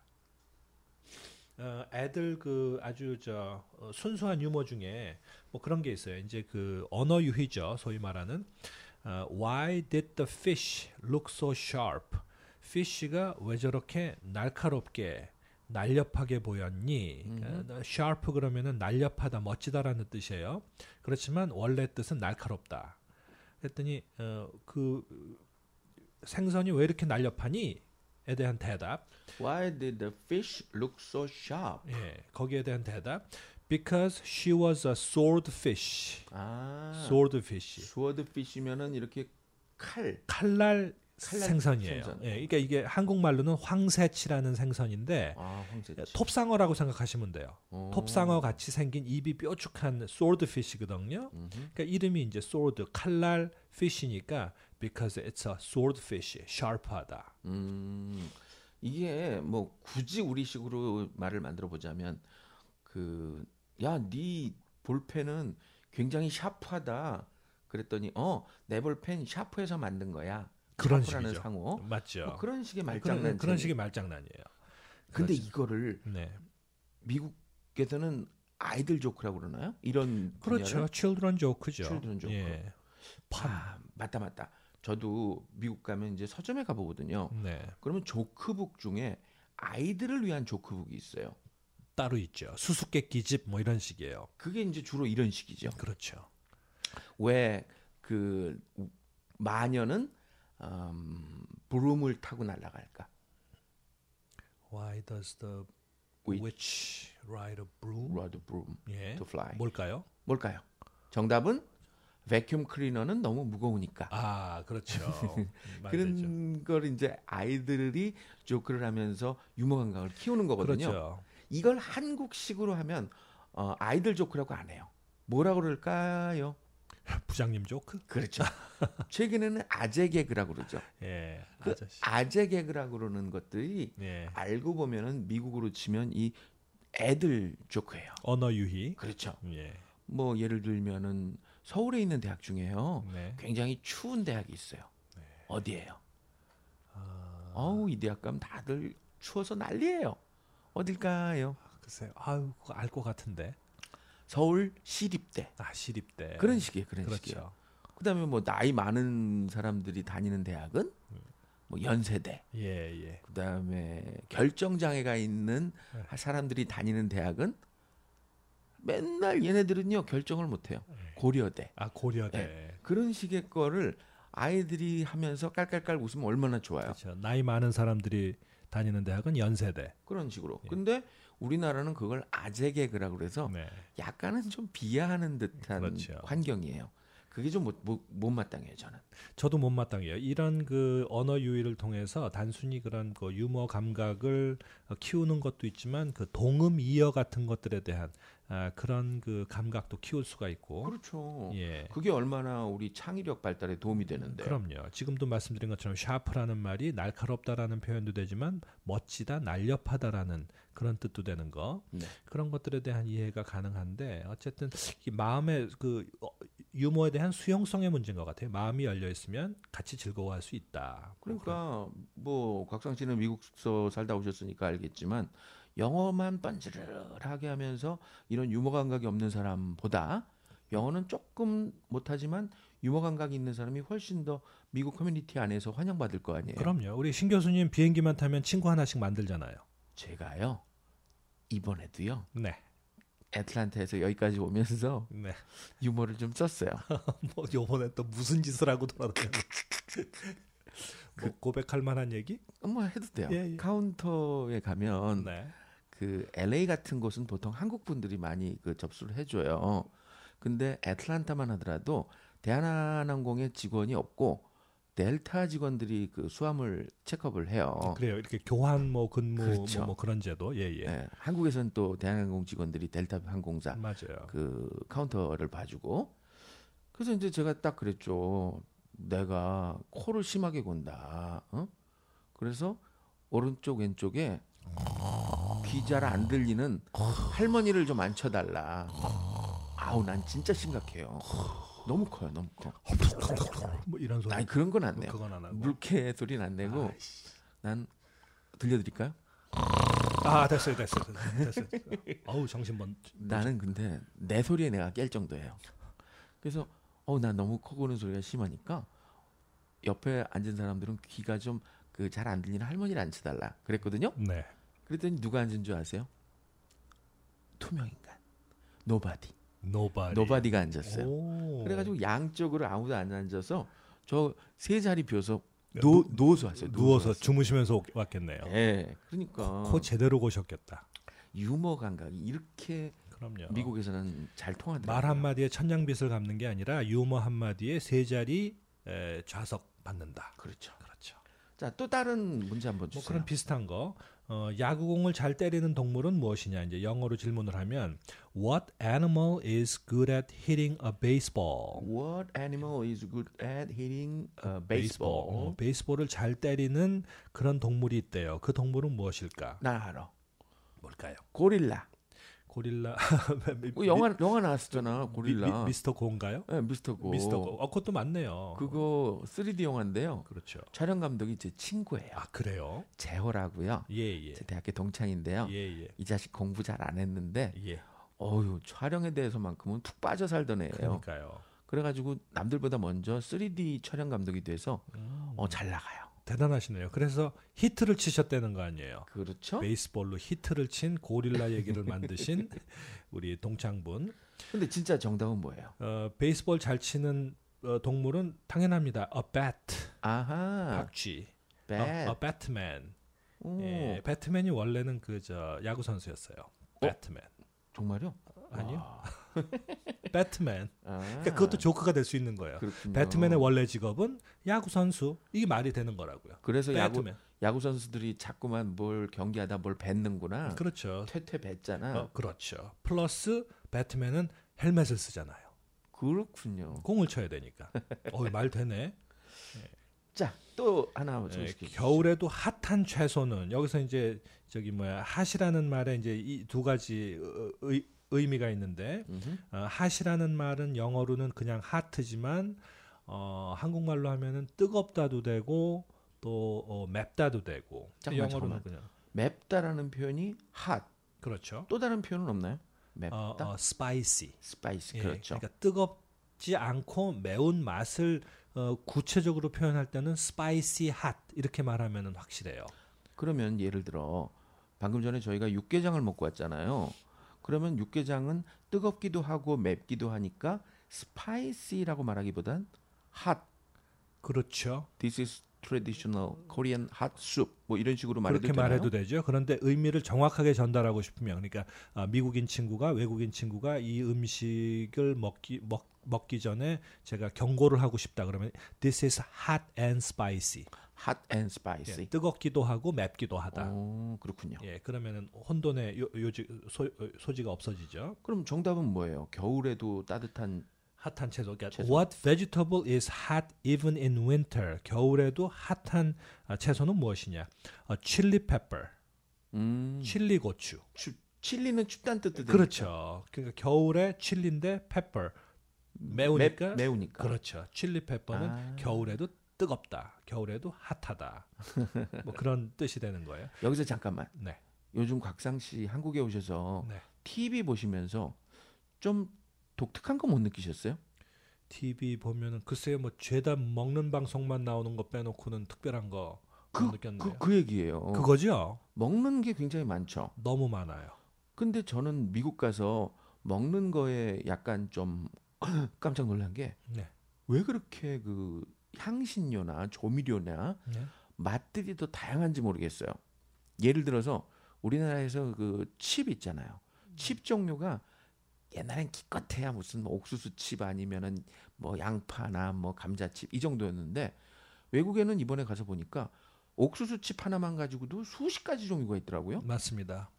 어, 애들 그 아주 저 어, 순수한 유머 중에 뭐 그런 게 있어요. 이제 그 언어 유희죠. 소위 말하는 어, Why did the fish look so sharp? 피쉬가 왜 저렇게 날카롭게 날렵하게 보였니? 어, sharp 그러면은 날렵하다, 멋지다라는 뜻이에요. 그렇지만 원래 뜻은 날카롭다. 했더니 어, 그 생선이 왜 이렇게 날렵하니? 에 대한 대답.
Why did the fish look so sharp?
예, 거기에 대한 대답. Because she was a swordfish.
아
swordfish.
스워드피시면은 이렇게 칼.
칼날,
칼날
생선이에요.
생선.
예, 그러니까 이게 한국말로는 황새치라는 생선인데 예,
아 황새치.
톱상어라고 생각하시면 돼요.
어.
톱상어 같이 생긴 입이 뾰족한 swordfish거든요. 그러니까 이름이 이제 sword 칼날 fish니까 because it's a swordfish, sharp하다.
음, 이게 뭐 굳이 우리식으로 말을 만들어 보자면 그 야, 네 볼펜은 굉장히 샤프하다. 그랬더니 어, 내 볼펜 샤프해서 만든 거야.
그런
샤프라는
식이죠.
상호. 뭐
맞죠? 예,
그런 식의 말장난.
그런, 그런 식의 말장난이에요.
근데
그렇죠.
이거를
네.
미국에서는 아이들 조크라고 그러나요? 이런
그렇죠.
분야를?
children joke죠.
children joke.
예.
아, 맞다 맞다. 저도 미국 가면 이제 서점에 가 보거든요.
네.
그러면 조크북 중에 아이들을 위한 조크북이 있어요.
따로 있죠. 수수께끼 집뭐 이런 식이에요.
그게 이제 주로 이런 식이죠.
그렇죠.
왜 그 마녀는 음, 부름을 타고 날아갈까?
Why does the
Witch.
witch ride a broom?
Rod broom
예.
to fly.
뭘까요?
뭘까요? 정답은 vacuum cleaner는 너무 무거우니까.
아, 그렇죠. 말
그런
되죠.
걸 이제 아이들이 조크를 하면서 유머 감각을 키우는 거거든요.
그렇죠.
이걸 한국식으로 하면 어, 아이들 조크라고 안 해요. 뭐라 그럴까요?
부장님 조크?
그렇죠. 최근에는 아재 개그라고 그러죠.
예.
그
아저씨.
아재 개그라고 그러는 것들이
예.
알고 보면은 미국으로 치면 이 애들 조크예요.
언어 유희.
그렇죠.
예.
뭐 예를 들면은 서울에 있는 대학 중에요.
네.
굉장히 추운 대학이 있어요. 어디예요? 어우 이 대학 가면 다들 추워서 난리예요. 어딜까요?
글쎄요. 아유, 그거 알 것 같은데.
서울 시립대
아, 시립대.
그런 식이에요. 그런 식이에요.
그렇죠.
그다음에 뭐 나이 많은 사람들이 다니는 대학은 뭐 연세대.
예, 예.
그다음에 결정 장애가 있는 사람들이 다니는 대학은 맨날 얘네들은요 결정을 못 해요. 고려대.
아, 고려대.
그런 식의 거를 아이들이 하면서 깔깔깔 웃으면 얼마나 좋아요.
그렇죠. 나이 많은 사람들이 다니는 대학은 연세대.
그런 식으로.
예.
근데 우리나라는 그걸 아재 개그라고 그래서
네.
약간은 좀 비하하는 듯한
그렇죠.
환경이에요. 그게 좀 못, 못, 못마땅해요 저는.
저도 못마땅해요. 이런 그 언어 유희를 통해서 단순히 그런 그 유머 감각을 키우는 것도 있지만 그 동음 이어 같은 것들에 대한 아, 그런 그 감각도 키울 수가 있고
그렇죠.
예.
그게 얼마나 우리 창의력 발달에 도움이 되는데.
그럼요. 지금도 말씀드린 것처럼 샤프라는 말이 날카롭다라는 표현도 되지만 멋지다, 날렵하다라는 그런 뜻도 되는 거.
네.
그런 것들에 대한 이해가 가능한데 어쨌든 이 마음의 그 어, 유머에 대한 수용성의 문제인 것 같아요. 마음이 열려 있으면 같이 즐거워할 수 있다. 뭐
그러니까 뭐 곽상 씨는 미국서 살다 오셨으니까 알겠지만 영어만 번지르르하게 하면서 이런 유머 감각이 없는 사람보다 영어는 조금 못하지만 유머 감각이 있는 사람이 훨씬 더 미국 커뮤니티 안에서 환영받을 거 아니에요.
그런- 그럼요. 우리 신 교수님 비행기만 타면 친구 하나씩 만들잖아요.
제가요 이번에도요
네.
애틀란타에서 여기까지 오면서
네.
유머를 좀 썼어요.
뭐 요번에 또 무슨 짓을 하고 돌아다녀. 뭐 고백할 만한 얘기?
뭐 해도 돼요.
예, 예.
카운터에 가면
네.
그 LA 같은 곳은 보통 한국 분들이 많이 그 접수를 해줘요. 근데 애틀란타만 하더라도 대한항공의 직원이 없고 델타 직원들이 그 수화물 체크업을 해요.
아, 그래요. 이렇게 교환 뭐 근무
그렇죠.
뭐, 뭐 그런 제도. 예, 예.
예, 한국에선 또 대한항공 직원들이 델타
음.
항공사
맞아요.
그 카운터를 봐주고 그래서 이제 제가 딱 그랬죠. 내가 코를 심하게 곤다. 어? 그래서 오른쪽 왼쪽에 귀 잘 안 들리는 할머니를 좀 앉혀달라. 아우 난 진짜 심각해요. 너무 커요, 너무 커.
뭐 이런 소리.
그 아니 그런 건 안
뭐
내요.
그건 안 하고.
네. 물개 소리는 안 내고 난 들려드릴까요?
아, 됐어요. 됐어요. 됐어요. 됐어요. 아우, 정신 번.
나는 근데 내 소리에 내가 깰 정도예요. 그래서 어우 나 너무 코 고는 소리가 심하니까 옆에 앉은 사람들은 귀가 좀 그 잘 안 들리는 할머니를 앉혀달라 그랬거든요.
네.
그랬더니 누가 앉은 줄 아세요? 투명 인간 노바디
노바디.
노바디가 앉았어요.
오.
그래가지고 양쪽으로 아무도 안 앉아서 저 세 자리 비어서 노, 누워서 왔어요.
누워서 주무시면서 오- 왔겠네요.
왔어요. 예, 그러니까
코 제대로 고셨겠다.
유머 감각이 이렇게
그럼요.
미국에서는 잘 통하더라고요.
말 한마디에 천냥빚을 갚는 게 아니라 유머 한마디에 세 자리 에, 좌석 받는다.
그렇죠.
그렇죠.
자, 또 다른 문제 한번
뭐
주세요.
그런 비슷한 거. 어, 야구공을 잘 때리는 동물은 무엇이냐? 이제 영어로 질문을 하면 What animal is good at hitting a baseball?
What animal is good at hitting a
어,
baseball?
베이스볼을 잘 때리는 그런 동물이 있대요. 그 동물은 무엇일까?
나 알아.
뭘까요?
고릴라.
고릴라. 미-
그 영화 영화 나왔었잖아.
미- 미-
고릴라.
미, 스터 고인가요?
예, 미스터 고.
미스터 고. 어, 그것도 맞네요.
그거 3D 영화인데요.
그렇죠.
촬영 감독이 제 친구예요.
아 그래요?
재호라고요.
예 예.
제 대학교 동창인데요.
예 예.
이 자식 공부 잘 안 했는데
예.
어휴, 촬영에 대해서만큼은 푹 빠져 살던 애예요.
그러니까요.
그래 가지고 남들보다 먼저 3D 촬영 감독이 돼서
음,
어 잘 나가요.
대단하시네요. 그래서 히트를 치셨다는 거 아니에요?
그렇죠?
베이스볼로 히트를 친 고릴라 얘기를 만드신 우리 동창분.
근데 진짜 정답은 뭐예요?
어, 베이스볼 잘 치는 어, 동물은 당연합니다. A bat,
아하.
박쥐. 어,
배.
A, a batman.
오,
아, 예, 배트맨이 원래는 그 저 야구 선수였어요. 배트맨.
정말요?
아니요.
와.
배트맨.
아,
그러니까 그것도 조크가 될 수 있는 거예요.
그렇군요.
배트맨의 원래 직업은 야구 선수. 이게 말이 되는 거라고요.
그래서 야구
배트맨.
야구 선수들이 자꾸만 뭘 경기하다 뭘 뱉는구나.
그렇죠.
퇴퇴 뱉잖아.
어, 그렇죠. 플러스 배트맨은 헬멧을 쓰잖아요.
그렇군요.
공을 쳐야 되니까. 어, 말 되네.
자, 또 하나
예,
소개시켜 주시죠.
겨울에도 핫한 채소는 여기서 이제 저기 뭐야 핫이라는 말에 이제 이 두 가지 의- 의, 의미가 있는데
음흠.
어, 핫이라는 말은 영어로는 그냥 하트지만 어, 한국말로 하면은 뜨겁다도 되고 또 어, 맵다도 되고 근데
잠깐만,
영어로는
잠깐만.
그냥
맵다라는 표현이 핫.
그렇죠.
또 다른 표현은 없나요? 맵다.
어, 어, spicy.
스파이스.
예,
그렇죠.
그러니까 뜨겁지 않고 매운 맛을 어, 구체적으로 표현할 때는 spicy hot 이렇게 말하면은 확실해요.
그러면 예를 들어 방금 전에 저희가 육개장을 먹고 왔잖아요. 그러면 육개장은 뜨겁기도 하고 맵기도 하니까 스파이시라고 말하기보단 핫
그렇죠.
This is traditional Korean hot soup. 뭐 이런 식으로 말해도
그렇게
되나요?
말해도 되죠. 그런데 의미를 정확하게 전달하고 싶으면, 그러니까 아, 미국인 친구가 외국인 친구가 이 음식을 먹기 먹 먹기 전에 제가 경고를 하고 싶다 그러면 this is hot and spicy.
hot and
예,
spicy.
뜨겁기도 하고 맵기도 하다.
오, 그렇군요.
예, 그러면은 혼돈의 요, 요지, 소, 소지가 없어지죠.
그럼 정답은 뭐예요? 겨울에도 따뜻한
핫한 채소. 그러니까
채소.
What vegetable is hot even in winter? 겨울에도 핫한 아, 채소는 무엇이냐? 어, 칠리 페퍼,
음,
칠리 고추.
추- 칠리는 춥다는 뜻도
그렇죠. 그러니까 겨울에 칠리인데 페퍼 매우니까
매우니까.
그렇죠. 칠리 페퍼는
아.
겨울에도 뜨겁다. 겨울에도 핫하다. 뭐 그런 뜻이 되는 거예요.
여기서 잠깐만.
네.
요즘 곽상 씨 한국에 오셔서
네.
TV 보시면서 좀 독특한 거 못 느끼셨어요?
TV 보면은 글쎄요 뭐 죄다 먹는 방송만 나오는 거 빼놓고는 특별한 거못
그,
느꼈네요.
그, 그 얘기예요.
그, 거죠
먹는 게 굉장히 많죠.
너무 많아요.
근데 저는 미국 가서 먹는 거에 약간 좀 깜짝 놀란 게 왜
네.
그렇게 그 향신료나 조미료나
네.
맛들이 더 다양한지 모르겠어요. 예를 들어서 우리나라에서 그 칩 있잖아요. 칩 종류가 옛날엔 기껏해야 무슨 뭐 옥수수 칩 아니면은 뭐 양파나 뭐 감자칩 이 정도였는데 외국에는 이번에 가서 보니까 옥수수 칩 하나만 가지고도 수십 가지 종류가 있더라고요.
맞습니다.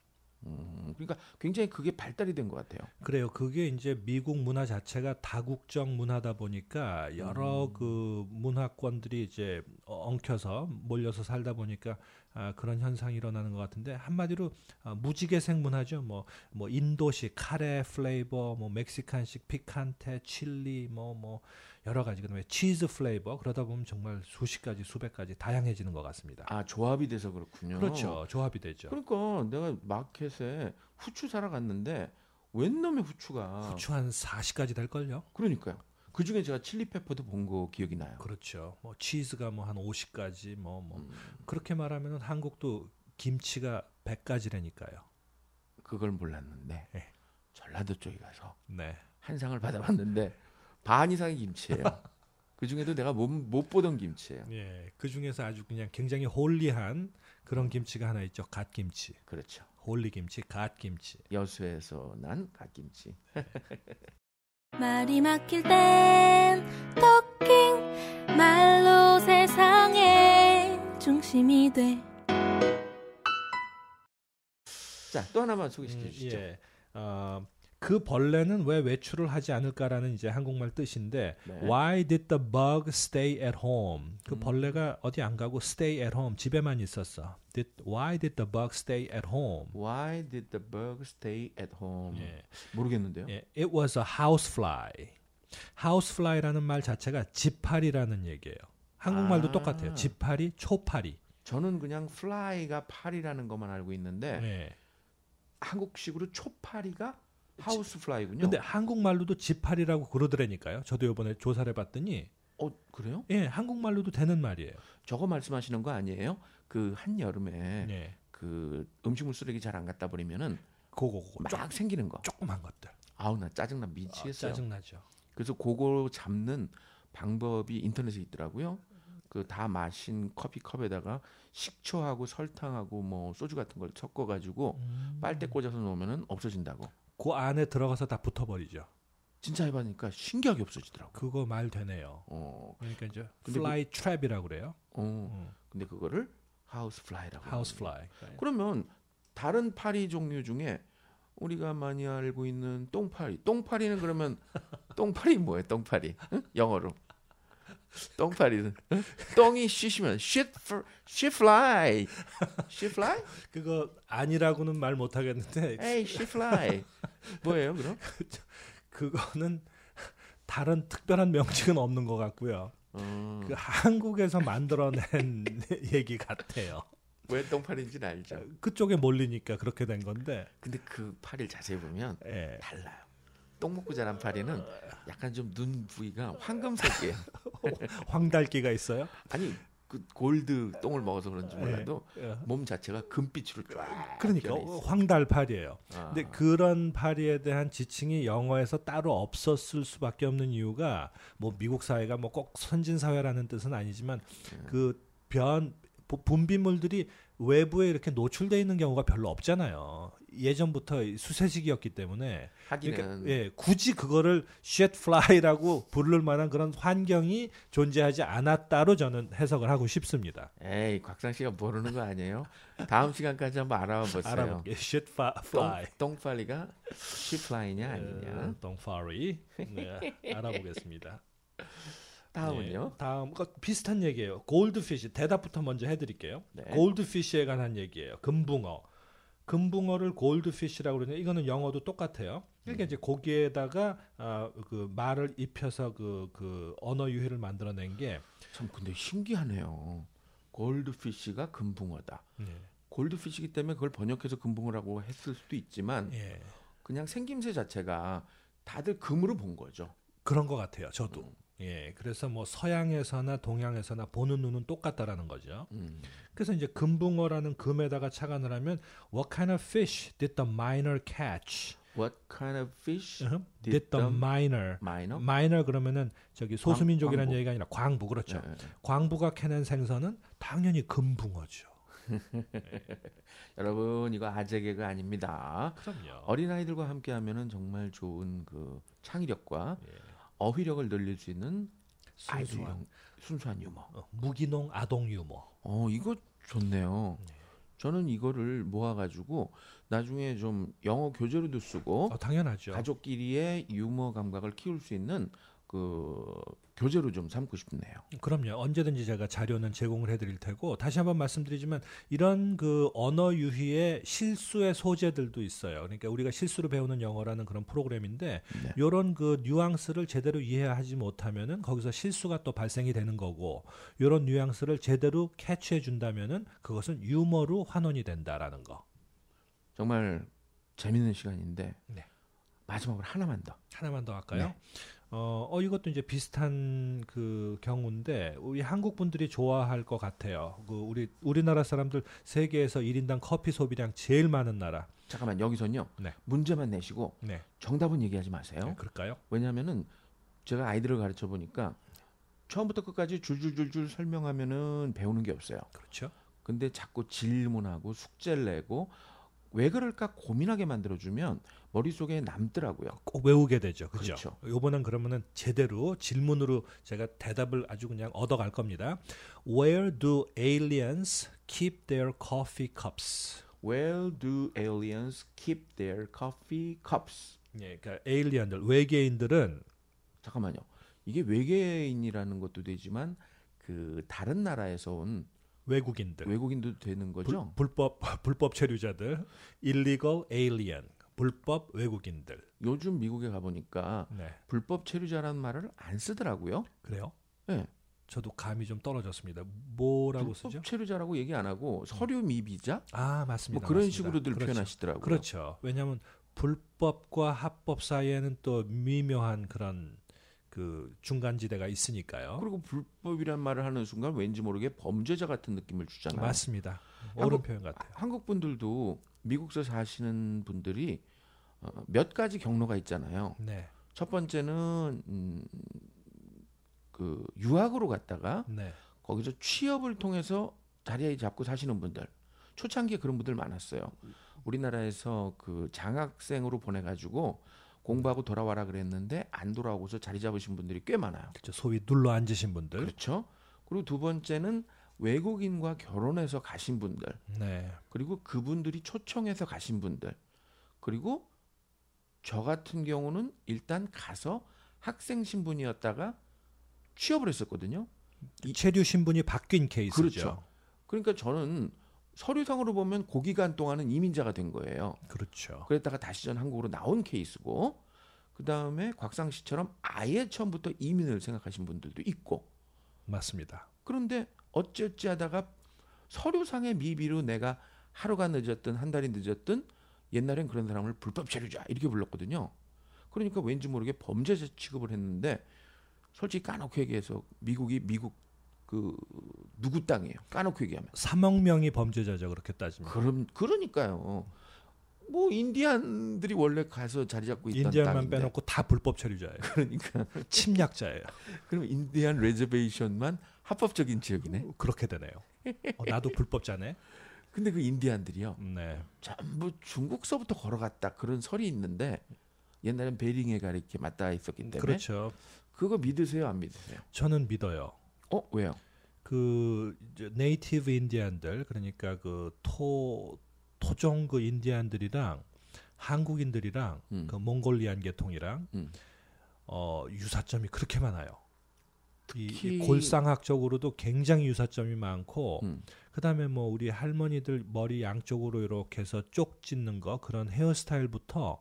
음, 그러니까 굉장히 그게 발달이 된 것 같아요.
그래요. 그게 이제 미국 문화 자체가 다국적 문화다 보니까 여러
음.
그 문화권들이 이제 엉켜서 몰려서 살다 보니까 아, 그런 현상이 일어나는 것 같은데 한마디로 아, 무지개색 문화죠. 뭐, 뭐 인도식 카레 플레이버, 뭐 멕시칸식 피칸테, 칠리, 뭐 뭐 여러 가지 그다음에 치즈 플레이버 그러다 보면 정말 수십 가지 수백 가지 다양해지는 것 같습니다.
아 조합이 돼서 그렇군요.
그렇죠. 조합이 되죠.
그러니까 내가 마켓에 후추 사러 갔는데 웬 놈의 후추가
후추 한 40가지 될 걸요.
그러니까요. 그 중에 제가 칠리페퍼도 본 거 기억이 나요.
그렇죠. 뭐 치즈가 뭐 한 50가지 뭐
음.
뭐 그렇게 말하면은 한국도 김치가 100가지라니까요.
그걸 몰랐는데
예.
전라도 쪽에 가서
네.
한 상을 받아봤는데 반 이상이 김치예요. 그 중에도 내가 못, 못 보던 김치예요.
예. 그 중에서 아주 그냥 굉장히 홀리한 그런 김치가 하나 있죠. 갓김치.
그렇죠.
홀리 김치, 갓김치.
여수에서 난 갓김치.
말이 막힐 땐 토킹 말로 세상의 중심이 돼
자 또 하나만 소개시켜
음,
주시죠.
예. 어, 그 벌레는 왜 외출을 하지 않을까라는 이제 한국말 뜻인데
네.
Why did the bug stay at home? 그
음.
벌레가 어디 안 가고 stay at home 집에만 있었어. Did, why did the bug stay at home?
Why did the bug stay at home?
예.
모르겠는데요.
예, It was a housefly. housefly라는 말 자체가 지파리라는 얘기예요. 한국말도
아.
똑같아요. 지파리, 초파리.
저는 그냥 fly가 팔이라는 것만 알고 있는데
네.
한국식으로 초파리가 하우스 플라이군요.
근데 한국말로도 지파리라고 그러더라니까요. 저도 요번에 조사를 해봤더니
어 그래요?
예, 한국말로도 되는 말이에요.
저거 말씀하시는 거 아니에요? 그 한여름에
예.
그 음식물 쓰레기 잘 안 갖다 버리면은
그거 그거 조,
쫙 생기는 거.
조그만 것들.
아우 나 짜증나
아,
미치겠어요.
짜증나죠.
그래서 그거 잡는 방법이 인터넷에 있더라고요. 그 다 마신 커피 컵에다가 식초하고 설탕하고 뭐 소주 같은 걸 섞어 가지고 빨대 꽂아서 놓으면은 없어진다고.
그 안에 들어가서 다 붙어버리죠.
진짜 해보니까 신기하게 없어지더라고.
그거 말 되네요.
어,
그러니까 이제
근데
fly trap이라고 그래요.
어.
음,
근데 그거를 하우스 플라이라고.
house fly.
그러면 다른 파리 종류 중에 우리가 많이 알고 있는 똥파리. 똥파리는 그러면 똥파리 뭐예요? 똥파리. 응? 영어로. 똥파리는 응? 똥이 쉬시면 shit for- she fly. she fly?
그거 아니라고는 말 못하겠는데
에이 she fly. 뭐예요, 그럼?
그거는 다른 특별한 명칭은 없는 것 같고요.
어,
그 한국에서 만들어낸 얘기 같아요.
왜 똥파리인지는 알죠.
그쪽에 몰리니까 그렇게 된 건데.
근데 그 파리를 자세히 보면
예.
달라요. 똥 먹고 자란 파리는 약간 좀 눈 부위가 황금색이에요.
황달기가 있어요.
아니 그 골드 똥을 먹어서 그런지 몰라도
예.
몸 자체가 금빛으로 쫙
그러니까
변해 있어요.
황달파리예요.
네, 아.
근데 그런 파리에 대한 지칭이 영어에서 따로 없었을 수밖에 없는
네.
이유가 뭐 미국 사회가 뭐 꼭 선진 사회라는 뜻은 아니지만 그 변 보- 분비물들이 외부에 이렇게 노출돼 있는 경우가 별로 없잖아요. 예전부터 이 수세식이었기 때문에
하기는
그러니까 예, 굳이 그거를 쉣 플라이라고 부를 만한 그런 환경이 존재하지 않았다로 저는 해석을 하고 싶습니다.
에이 곽상 씨가 모르는 거 아니에요? 다음 시간까지 한번 알아보세요.
알아볼게. 쉣 플라이.
똥, 팔리가 시플라이냐 아니냐?
덩파리. 어, 네, 알아보겠습니다.
다음은요.
네, 다음 그 비슷한 얘기예요. 골드피시 대답부터 먼저 해드릴게요.
네.
골드피시에 관한 얘기예요. 금붕어. 금붕어를 골드피시라고 그러냐? 이거는 영어도 똑같아요.
음.
그러니까 이제 고기에다가 아, 그 말을 입혀서 그, 그 언어 유해를 만들어낸 게
예. 참 근데 신기하네요. 골드피쉬가 금붕어다.
네.
골드피쉬기 때문에 그걸 번역해서 금붕어라고 했을 수도 있지만
예,
그냥 생김새 자체가 다들 금으로 본 거죠.
그런 것 같아요. 저도.
음.
예, 그래서 뭐 서양에서나 동양에서나 보는 눈은 똑같다라는 거죠.
음.
그래서 이제 금붕어라는 금에다가 착안을 하면 What kind of fish did the miner catch?
What kind of fish
Uh-huh.
Did
Did the
the
miner?
minor?
마이너 그러면은 저기 소수민족이라는
광부.
얘기가 아니라 광부 그렇죠.
예, 예.
광부가 캐낸 생선은 당연히 금붕어죠.
여러분 이거 아재 개그 아닙니다.
그럼요.
어린 아이들과 함께 하면은 정말 좋은 그 창의력과 어휘력을 늘릴 수 있는
순수한
아이들용 순수한 유머.
어, 무기농 아동 유머.
어 이거 좋네요. 저는 이거를 모아가지고 나중에 좀 영어 교재로도 쓰고
어, 당연하죠.
가족끼리의 유머 감각을 키울 수 있는 그 교재로 좀 삼고 싶네요.
그럼요. 언제든지 제가 자료는 제공을 해드릴 테고 다시 한번 말씀드리지만 이런 그 언어 유희의 실수의 소재들도 있어요. 그러니까 우리가 실수로 배우는 영어라는 그런 프로그램인데
네.
이런 그 뉘앙스를 제대로 이해하지 못하면은 거기서 실수가 또 발생이 되는 거고 이런 뉘앙스를 제대로 캐치해 준다면은 그것은 유머로 환원이 된다라는 거.
정말 재밌는 시간인데
네.
마지막으로 하나만 더.
하나만 더 할까요?
네.
어, 어, 이것도 이제 비슷한 그 경우인데 우리 한국 분들이 좋아할 것 같아요. 그 우리 우리나라 사람들 세계에서 1인당 커피 소비량 제일 많은 나라.
잠깐만 여기서는요.
네.
문제만 내시고
네.
정답은 얘기하지 마세요.
네, 그럴까요?
왜냐하면은 제가 아이들을 가르쳐 보니까 처음부터 끝까지 줄줄줄줄 설명하면은 배우는 게 없어요.
그렇죠.
근데 자꾸 질문하고 숙제를 내고 왜 그럴까 고민하게 만들어주면 머릿속에 남더라고요.
꼭 외우게 되죠. 그죠?
그렇죠.
요번엔 그러면은 제대로 질문으로 제가 대답을 아주 그냥 얻어갈 겁니다. Where do aliens keep their coffee cups?
Where do aliens keep their coffee cups?
예, 그러니까 에일리언들 외계인들은
잠깐만요. 이게 외계인이라는 것도 되지만 그 다른 나라에서 온
외국인들
외국인도 되는 거죠.
불, 법 불법 체류자들, illegal alien, 불법 외국인들.
요즘 미국에 가 보니까
네,
불법 체류자라는 말을 안 쓰더라고요.
그래요?
예.
저도 감이 좀 떨어졌습니다. 뭐라고
불법
쓰죠?
체류자라고 얘기 안 하고 서류 미비자
아
뭐
맞습니다.
그런
맞습니다.
식으로들
그렇죠.
표현하시더라고요.
그렇죠. 왜냐하면 불법과 합법 사이에는 또 미묘한 그런 그 중간지대가 있으니까요.
그리고 불법이란 말을 하는 순간 왠지 모르게 범죄자 같은 느낌을 주잖아요.
맞습니다.
한국-
옳은 표현 같아요.
한국 분들도 미국서 사시는 분들이 어, 몇 가지 경로가 있잖아요.
네,
첫 번째는 음, 그 유학으로 갔다가
네,
거기서 취업을 통해서 자리에 잡고 사시는 분들 초창기에 그런 분들 많았어요. 우리나라에서 그 장학생으로 보내가지고 공부하고 돌아와라 그랬는데 안 돌아오고서 자리 잡으신 분들이 꽤 많아요.
그렇죠. 소위 눌러 앉으신 분들.
그렇죠? 그리고 두 번째는 외국인과 결혼해서 가신 분들
네,
그리고 그분들이 초청해서 가신 분들 그리고 저 같은 경우는 일단 가서 학생 신분이었다가 취업을 했었거든요.
체류 신분이 바뀐 케이스죠.
그렇죠. 그러니까 저는 서류상으로 보면 그 기간 동안은 이민자가 된 거예요.
그렇죠.
그랬다가 다시 전 한국으로 나온 케이스고 그 다음에 곽상 씨처럼 아예 처음부터 이민을 생각하신 분들도 있고
맞습니다.
그런데 어찌어찌 하다가 서류상의 미비로 내가 하루가 늦었든 한 달이 늦었든 옛날엔 그런 사람을 불법 체류자 이렇게 불렀거든요. 그러니까 왠지 모르게 범죄자 취급을 했는데 솔직히 까놓고 얘기해서 미국이 미국 그 누구 땅이에요. 까놓고 얘기하면.
3억 명이 범죄자죠 그렇게 따지면
그럼 그러니까요. 뭐 인디안들이 원래 가서 자리 잡고 있던
인디안만
땅인데.
빼놓고 다 불법 체류자예요.
그러니까
침략자예요.
그럼 인디안 레저베이션만 합법적인 지역이네.
그렇게 되네요. 어, 나도 불법자네.
근데 그 인디안들이요
네.
전부 중국서부터 걸어갔다 그런 설이 있는데 옛날엔 베링해가 이렇게 맞닿아 있었기 때문에
그렇죠.
그거 믿으세요 안 믿으세요?
저는 믿어요.
어 왜요?
그 이제 네이티브 인디안들 그러니까 그 토 토종 그 인디안들이랑 한국인들이랑
음.
그 몽골리안 계통이랑
음.
어 유사점이 그렇게 많아요. 이, 이
특히-
골상학적으로도 굉장히 유사점이 많고
음.
그다음에 뭐 우리 할머니들 머리 양쪽으로 이렇게 해서 쪽 찢는 거 그런 헤어스타일부터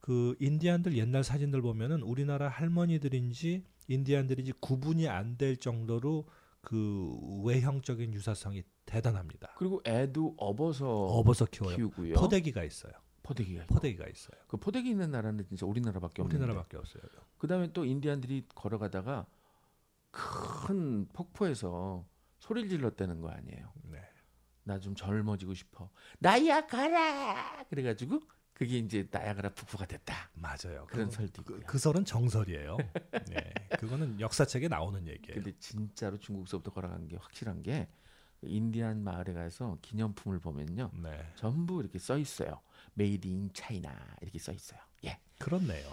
그 인디안들 옛날 사진들 보면은 우리나라 할머니들인지 인디안들인지 구분이 안 될 정도로 그 외형적인 유사성이 대단합니다.
그리고 애도 업어서
업어서 키워요.
키우고요.
포대기가 있어요.
포대기가 있고.
포대기가 있어요.
그 포대기 있는 나라는 진짜 우리나라밖에 없는데.
우리나라밖에 없어요.
그다음에 또 인디안들이 걸어가다가 큰 폭포에서 소리를 질렀다는 거 아니에요.
네.
나 좀 젊어지고 싶어. 나야가라. 그래가지고 그게 이제 나야가라 폭포가 됐다.
맞아요.
그런
그거-
설도
그,
있고요.
그 설은 정설이에요. 네. 그거는 역사책에 나오는 얘기예요.
근데 진짜로 중국서부터 걸어간 게 확실한 게 인디안 마을에 가서 기념품을 보면요.
네.
전부 이렇게 써 있어요. Made in China 이렇게 써 있어요. 예.
그렇네요.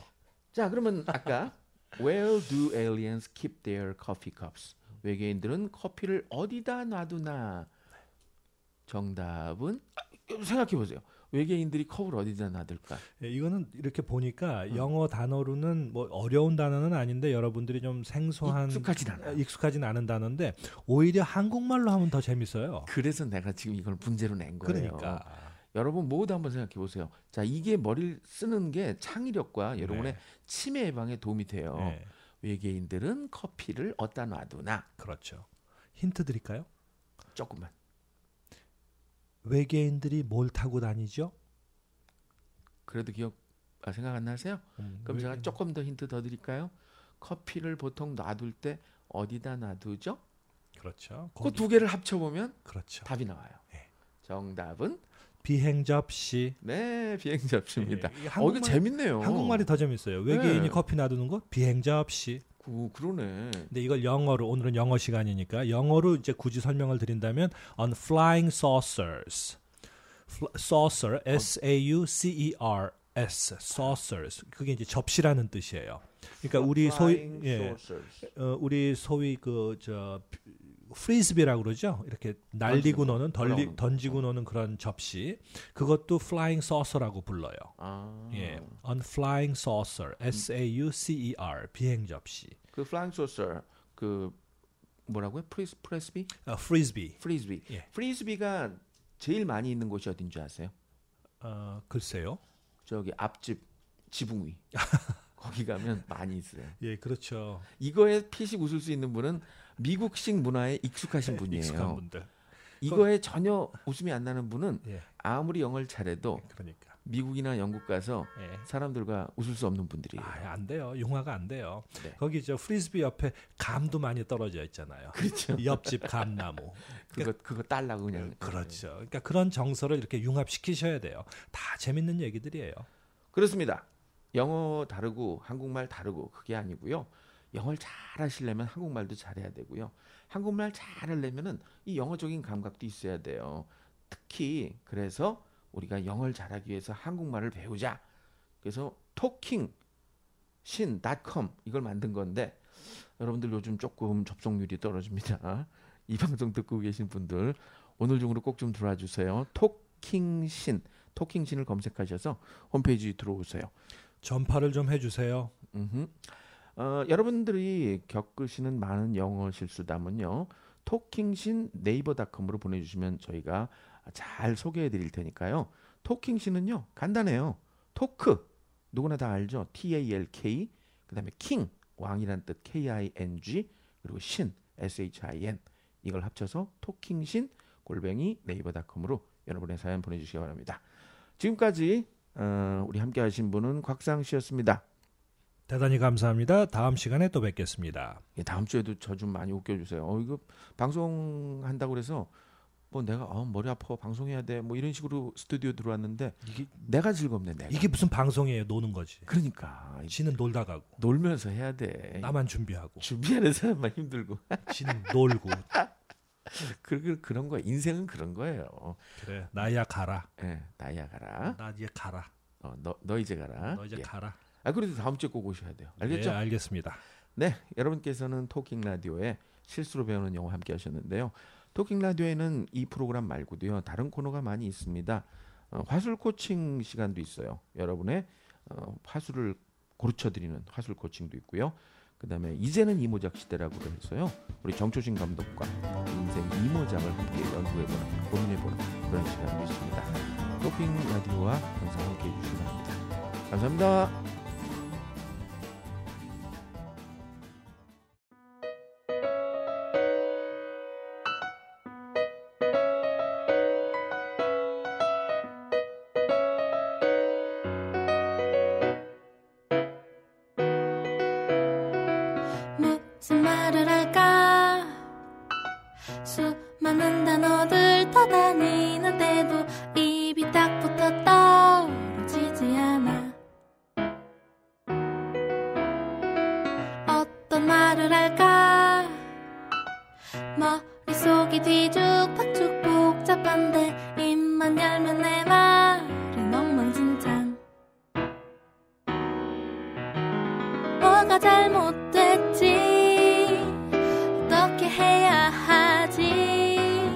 자, 그러면 아까 Where do aliens keep their coffee cups? 외계인들은 커피를 어디다 놔두나? 정답은 생각해 보세요. 외계인들이 컵을 어디다 놔둘까?
예, 이거는 이렇게 보니까
음.
영어 단어로는 뭐 어려운 단어는 아닌데 여러분들이 좀 생소한 예.
익숙하진 않아요.
익숙하진 않은 단어인데 오히려 한국말로 하면 더 재밌어요.
그래서 내가 지금 이걸 문제로 낸 거예요. 아,
그러니까
여러분 모두 한번 생각해 보세요. 자, 이게 머리를 쓰는 게 창의력과 여러분의 치매 예방에 도움이 돼요.
네,
외계인들은 커피를 어디다 놔두나?
그렇죠. 힌트 드릴까요?
조금만.
외계인들이 뭘 타고 다니죠?
그래도 기억 아, 생각 안 나세요?
음,
그럼 제가
외계인-
조금 더 힌트 더 드릴까요? 커피를 보통 놔둘 때 어디다 놔두죠?
그렇죠.
그
거기-
두 개를 합쳐보면
그렇죠.
답이 나와요.
네.
정답은
비행 접시.
네 비행 접시입니다.
예, 이게
어 이거
한국말-
재밌네요.
한국말이 더 재밌어요. 외계인이
네.
커피 놔두는 거 비행 접시.
그, 그러네.
근데 이걸 영어로 오늘은 영어 시간이니까 영어로 이제 굳이 설명을 드린다면 on flying saucers, Fl- saucer, s a u c e r s, saucers. 그게 이제 접시라는 뜻이에요. 그러니까 우리 소위
아, Flying
예,
saucers.
어, 우리 소위 그 저 프리즈비라고 그러죠. 이렇게
던지고,
날리고 노는 덜리,
올라오는 거.
던지고 노는 그런 접시. 그것도 flying saucer라고 불러요.
아,
예, on flying saucer, s a u c e r, 비행 접시.
그 flying saucer 그 뭐라고요? 프리스 프레스비?
어, frisbee.
프리즈비.
예.
프리즈비가 제일 많이 있는 곳이 어딘 줄 아세요?
어, 글쎄요.
저기 앞집 지붕 위. 거기 가면 많이 있어요.
예, 그렇죠.
이거에 피식 웃을 수 있는 분은 미국식 문화에 익숙하신 분이에요.
네, 익숙한 분들.
이거에 전혀 웃음이 안 나는 분은
예,
아무리 영어를 잘해도
그러니까.
미국이나 영국 가서
예.
사람들과 웃을 수 없는 분들이에요.
아, 안 돼요. 용화가 안 돼요.
네.
거기 저 프리스비 옆에 감도 많이 떨어져 있잖아요.
그렇죠.
옆집 감나무.
그거 그거 딸라고 그냥.
그러니까 그렇죠. 그러니까 그런 정서를 이렇게 융합시키셔야 돼요. 다 재밌는 얘기들이에요.
그렇습니다. 영어 다르고 한국말 다르고 그게 아니고요. 영어를 잘 하시려면 한국말도 잘해야 되고요. 한국말 잘 하려면은 이 영어적인 감각도 있어야 돼요. 특히 그래서 우리가 영어를 잘하기 위해서 한국말을 배우자. 그래서 토킹 신.com 이걸 만든 건데 여러분들 요즘 조금 접속률이 떨어집니다. 이 방송 듣고 계신 분들 오늘 중으로 꼭 좀 들어와 주세요. 토킹신 토킹신을 검색하셔서 홈페이지 들어오세요.
전파를 좀 해주세요.
음흠. 어, 여러분들이 겪으시는 많은 영어 실수담은요. 토킹신 네이버닷컴으로 보내주시면 저희가 잘 소개해드릴 테니까요. 토킹신은요 간단해요. 토크 누구나 다 알죠. T A L K 그다음에 킹 왕이란 뜻 K I N G 그리고 신 S H I N 이걸 합쳐서 토킹신 골뱅이 네이버닷컴으로 여러분의 사연 보내주시기 바랍니다. 지금까지 어, 우리 함께하신 분은 곽상 씨였습니다.
대단히 감사합니다. 다음 시간에 또 뵙겠습니다.
예, 다음 주에도 저 좀 많이 웃겨주세요. 어, 이거 방송한다고 그래서 뭐 내가 어, 머리 아파 방송해야 돼 뭐 이런 식으로 스튜디오 들어왔는데
이게
내가 즐겁네 내가
이게 무슨 방송이에요? 노는 거지.
그러니까
지는 놀다 가고
놀면서 해야 돼
나만 준비하고
준비하는 사람만 힘들고
지는 놀고
그, 그, 그런 거야 인생은 그런 거예요
그래 나야 가라.
예 나야 가라
나 이제 가라.
어, 너, 너 이제 가라
너 이제
예.
가라.
아 그래도 다음 주에 꼭 오셔야 돼요
예,
알겠죠
알겠습니다.
네, 여러분께서는 토킹 라디오에 실수로 배우는 영어 함께 하셨는데요. 토킹 라디오에는 이 프로그램 말고도요. 다른 코너가 많이 있습니다. 어, 화술 코칭 시간도 있어요. 여러분의 어, 화술을 고르쳐 드리는 화술 코칭도 있고요. 그다음에 이제는 이모작 시대라고 해서요. 우리 정초신 감독과 인생 이모작을 함께 연구해 보는 고민해 보는 그런 시간도 있습니다. 토킹 라디오와 항상 함께 해 주시기 바랍니다. 감사합니다.
무슨 말을 할까 수많은 단어들 떠다니는데도 입이 딱 붙어 떨어지지 않아 어떤 말을 할까 머릿속이 뒤죽박죽 복잡한데 입만 열면 내 말은 엉망진창 뭐가 잘못됐지 어떻게 해야 하지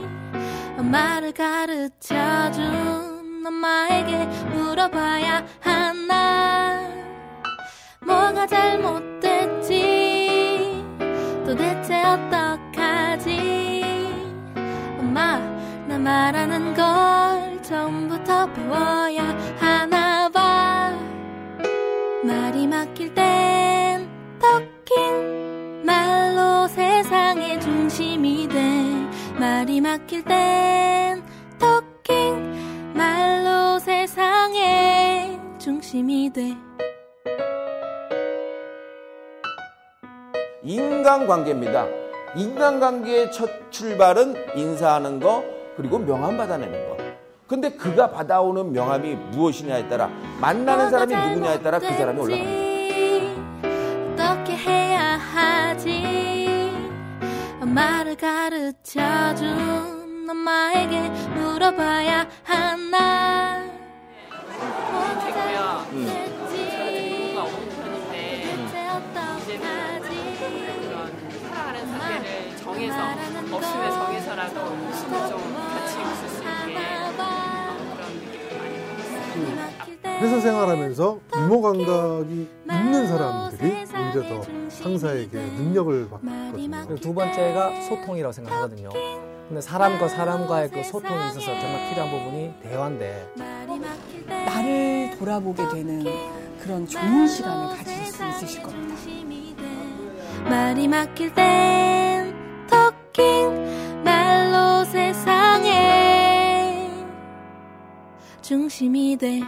엄마를 가르쳐준 엄마에게 물어봐야 하나 뭐가 잘못됐지 도대체 어떡하지 엄마 나 말하는 걸 처음부터 배워야 하나 봐 말이 막힐 땐 토킹 말로 세상의 중심이 돼 말이 막힐 땐 토킹 말로 세상의 중심이 돼
인간관계입니다. 인간관계의 첫 출발은 인사하는 거 그리고 명함 받아내는 거. 근데 그가 받아오는 명함이 무엇이냐에 따라
아,
만나는 사람이 누구냐에 따라 그 사람이 올라갑니다.
어떻게 해야 하지? 엄마를 가르쳐준 엄마에게 물어봐야 하나?
최고야.
음.
뭔가 어려운 편인데 그런 사랑하는 상대를 정해서 없으면 정해서라도 웃음을 좀 같이 웃을 수 있게 그런 느낌을 많이
회사 생활하면서 유머 감각이 있는 사람들이 오히려 더 상사에게 능력을 받거든요.
그리고 두 번째가 소통이라고 생각하거든요. 근데 사람과 사람과의 그 소통에 있어서 정말 필요한 부분이 대화인데
나를 돌아보게 되는 그런 좋은 시간을 가질 수 있으실 겁니다.
말이 막힐 땐 토킹 말로 세상에 중심이 돼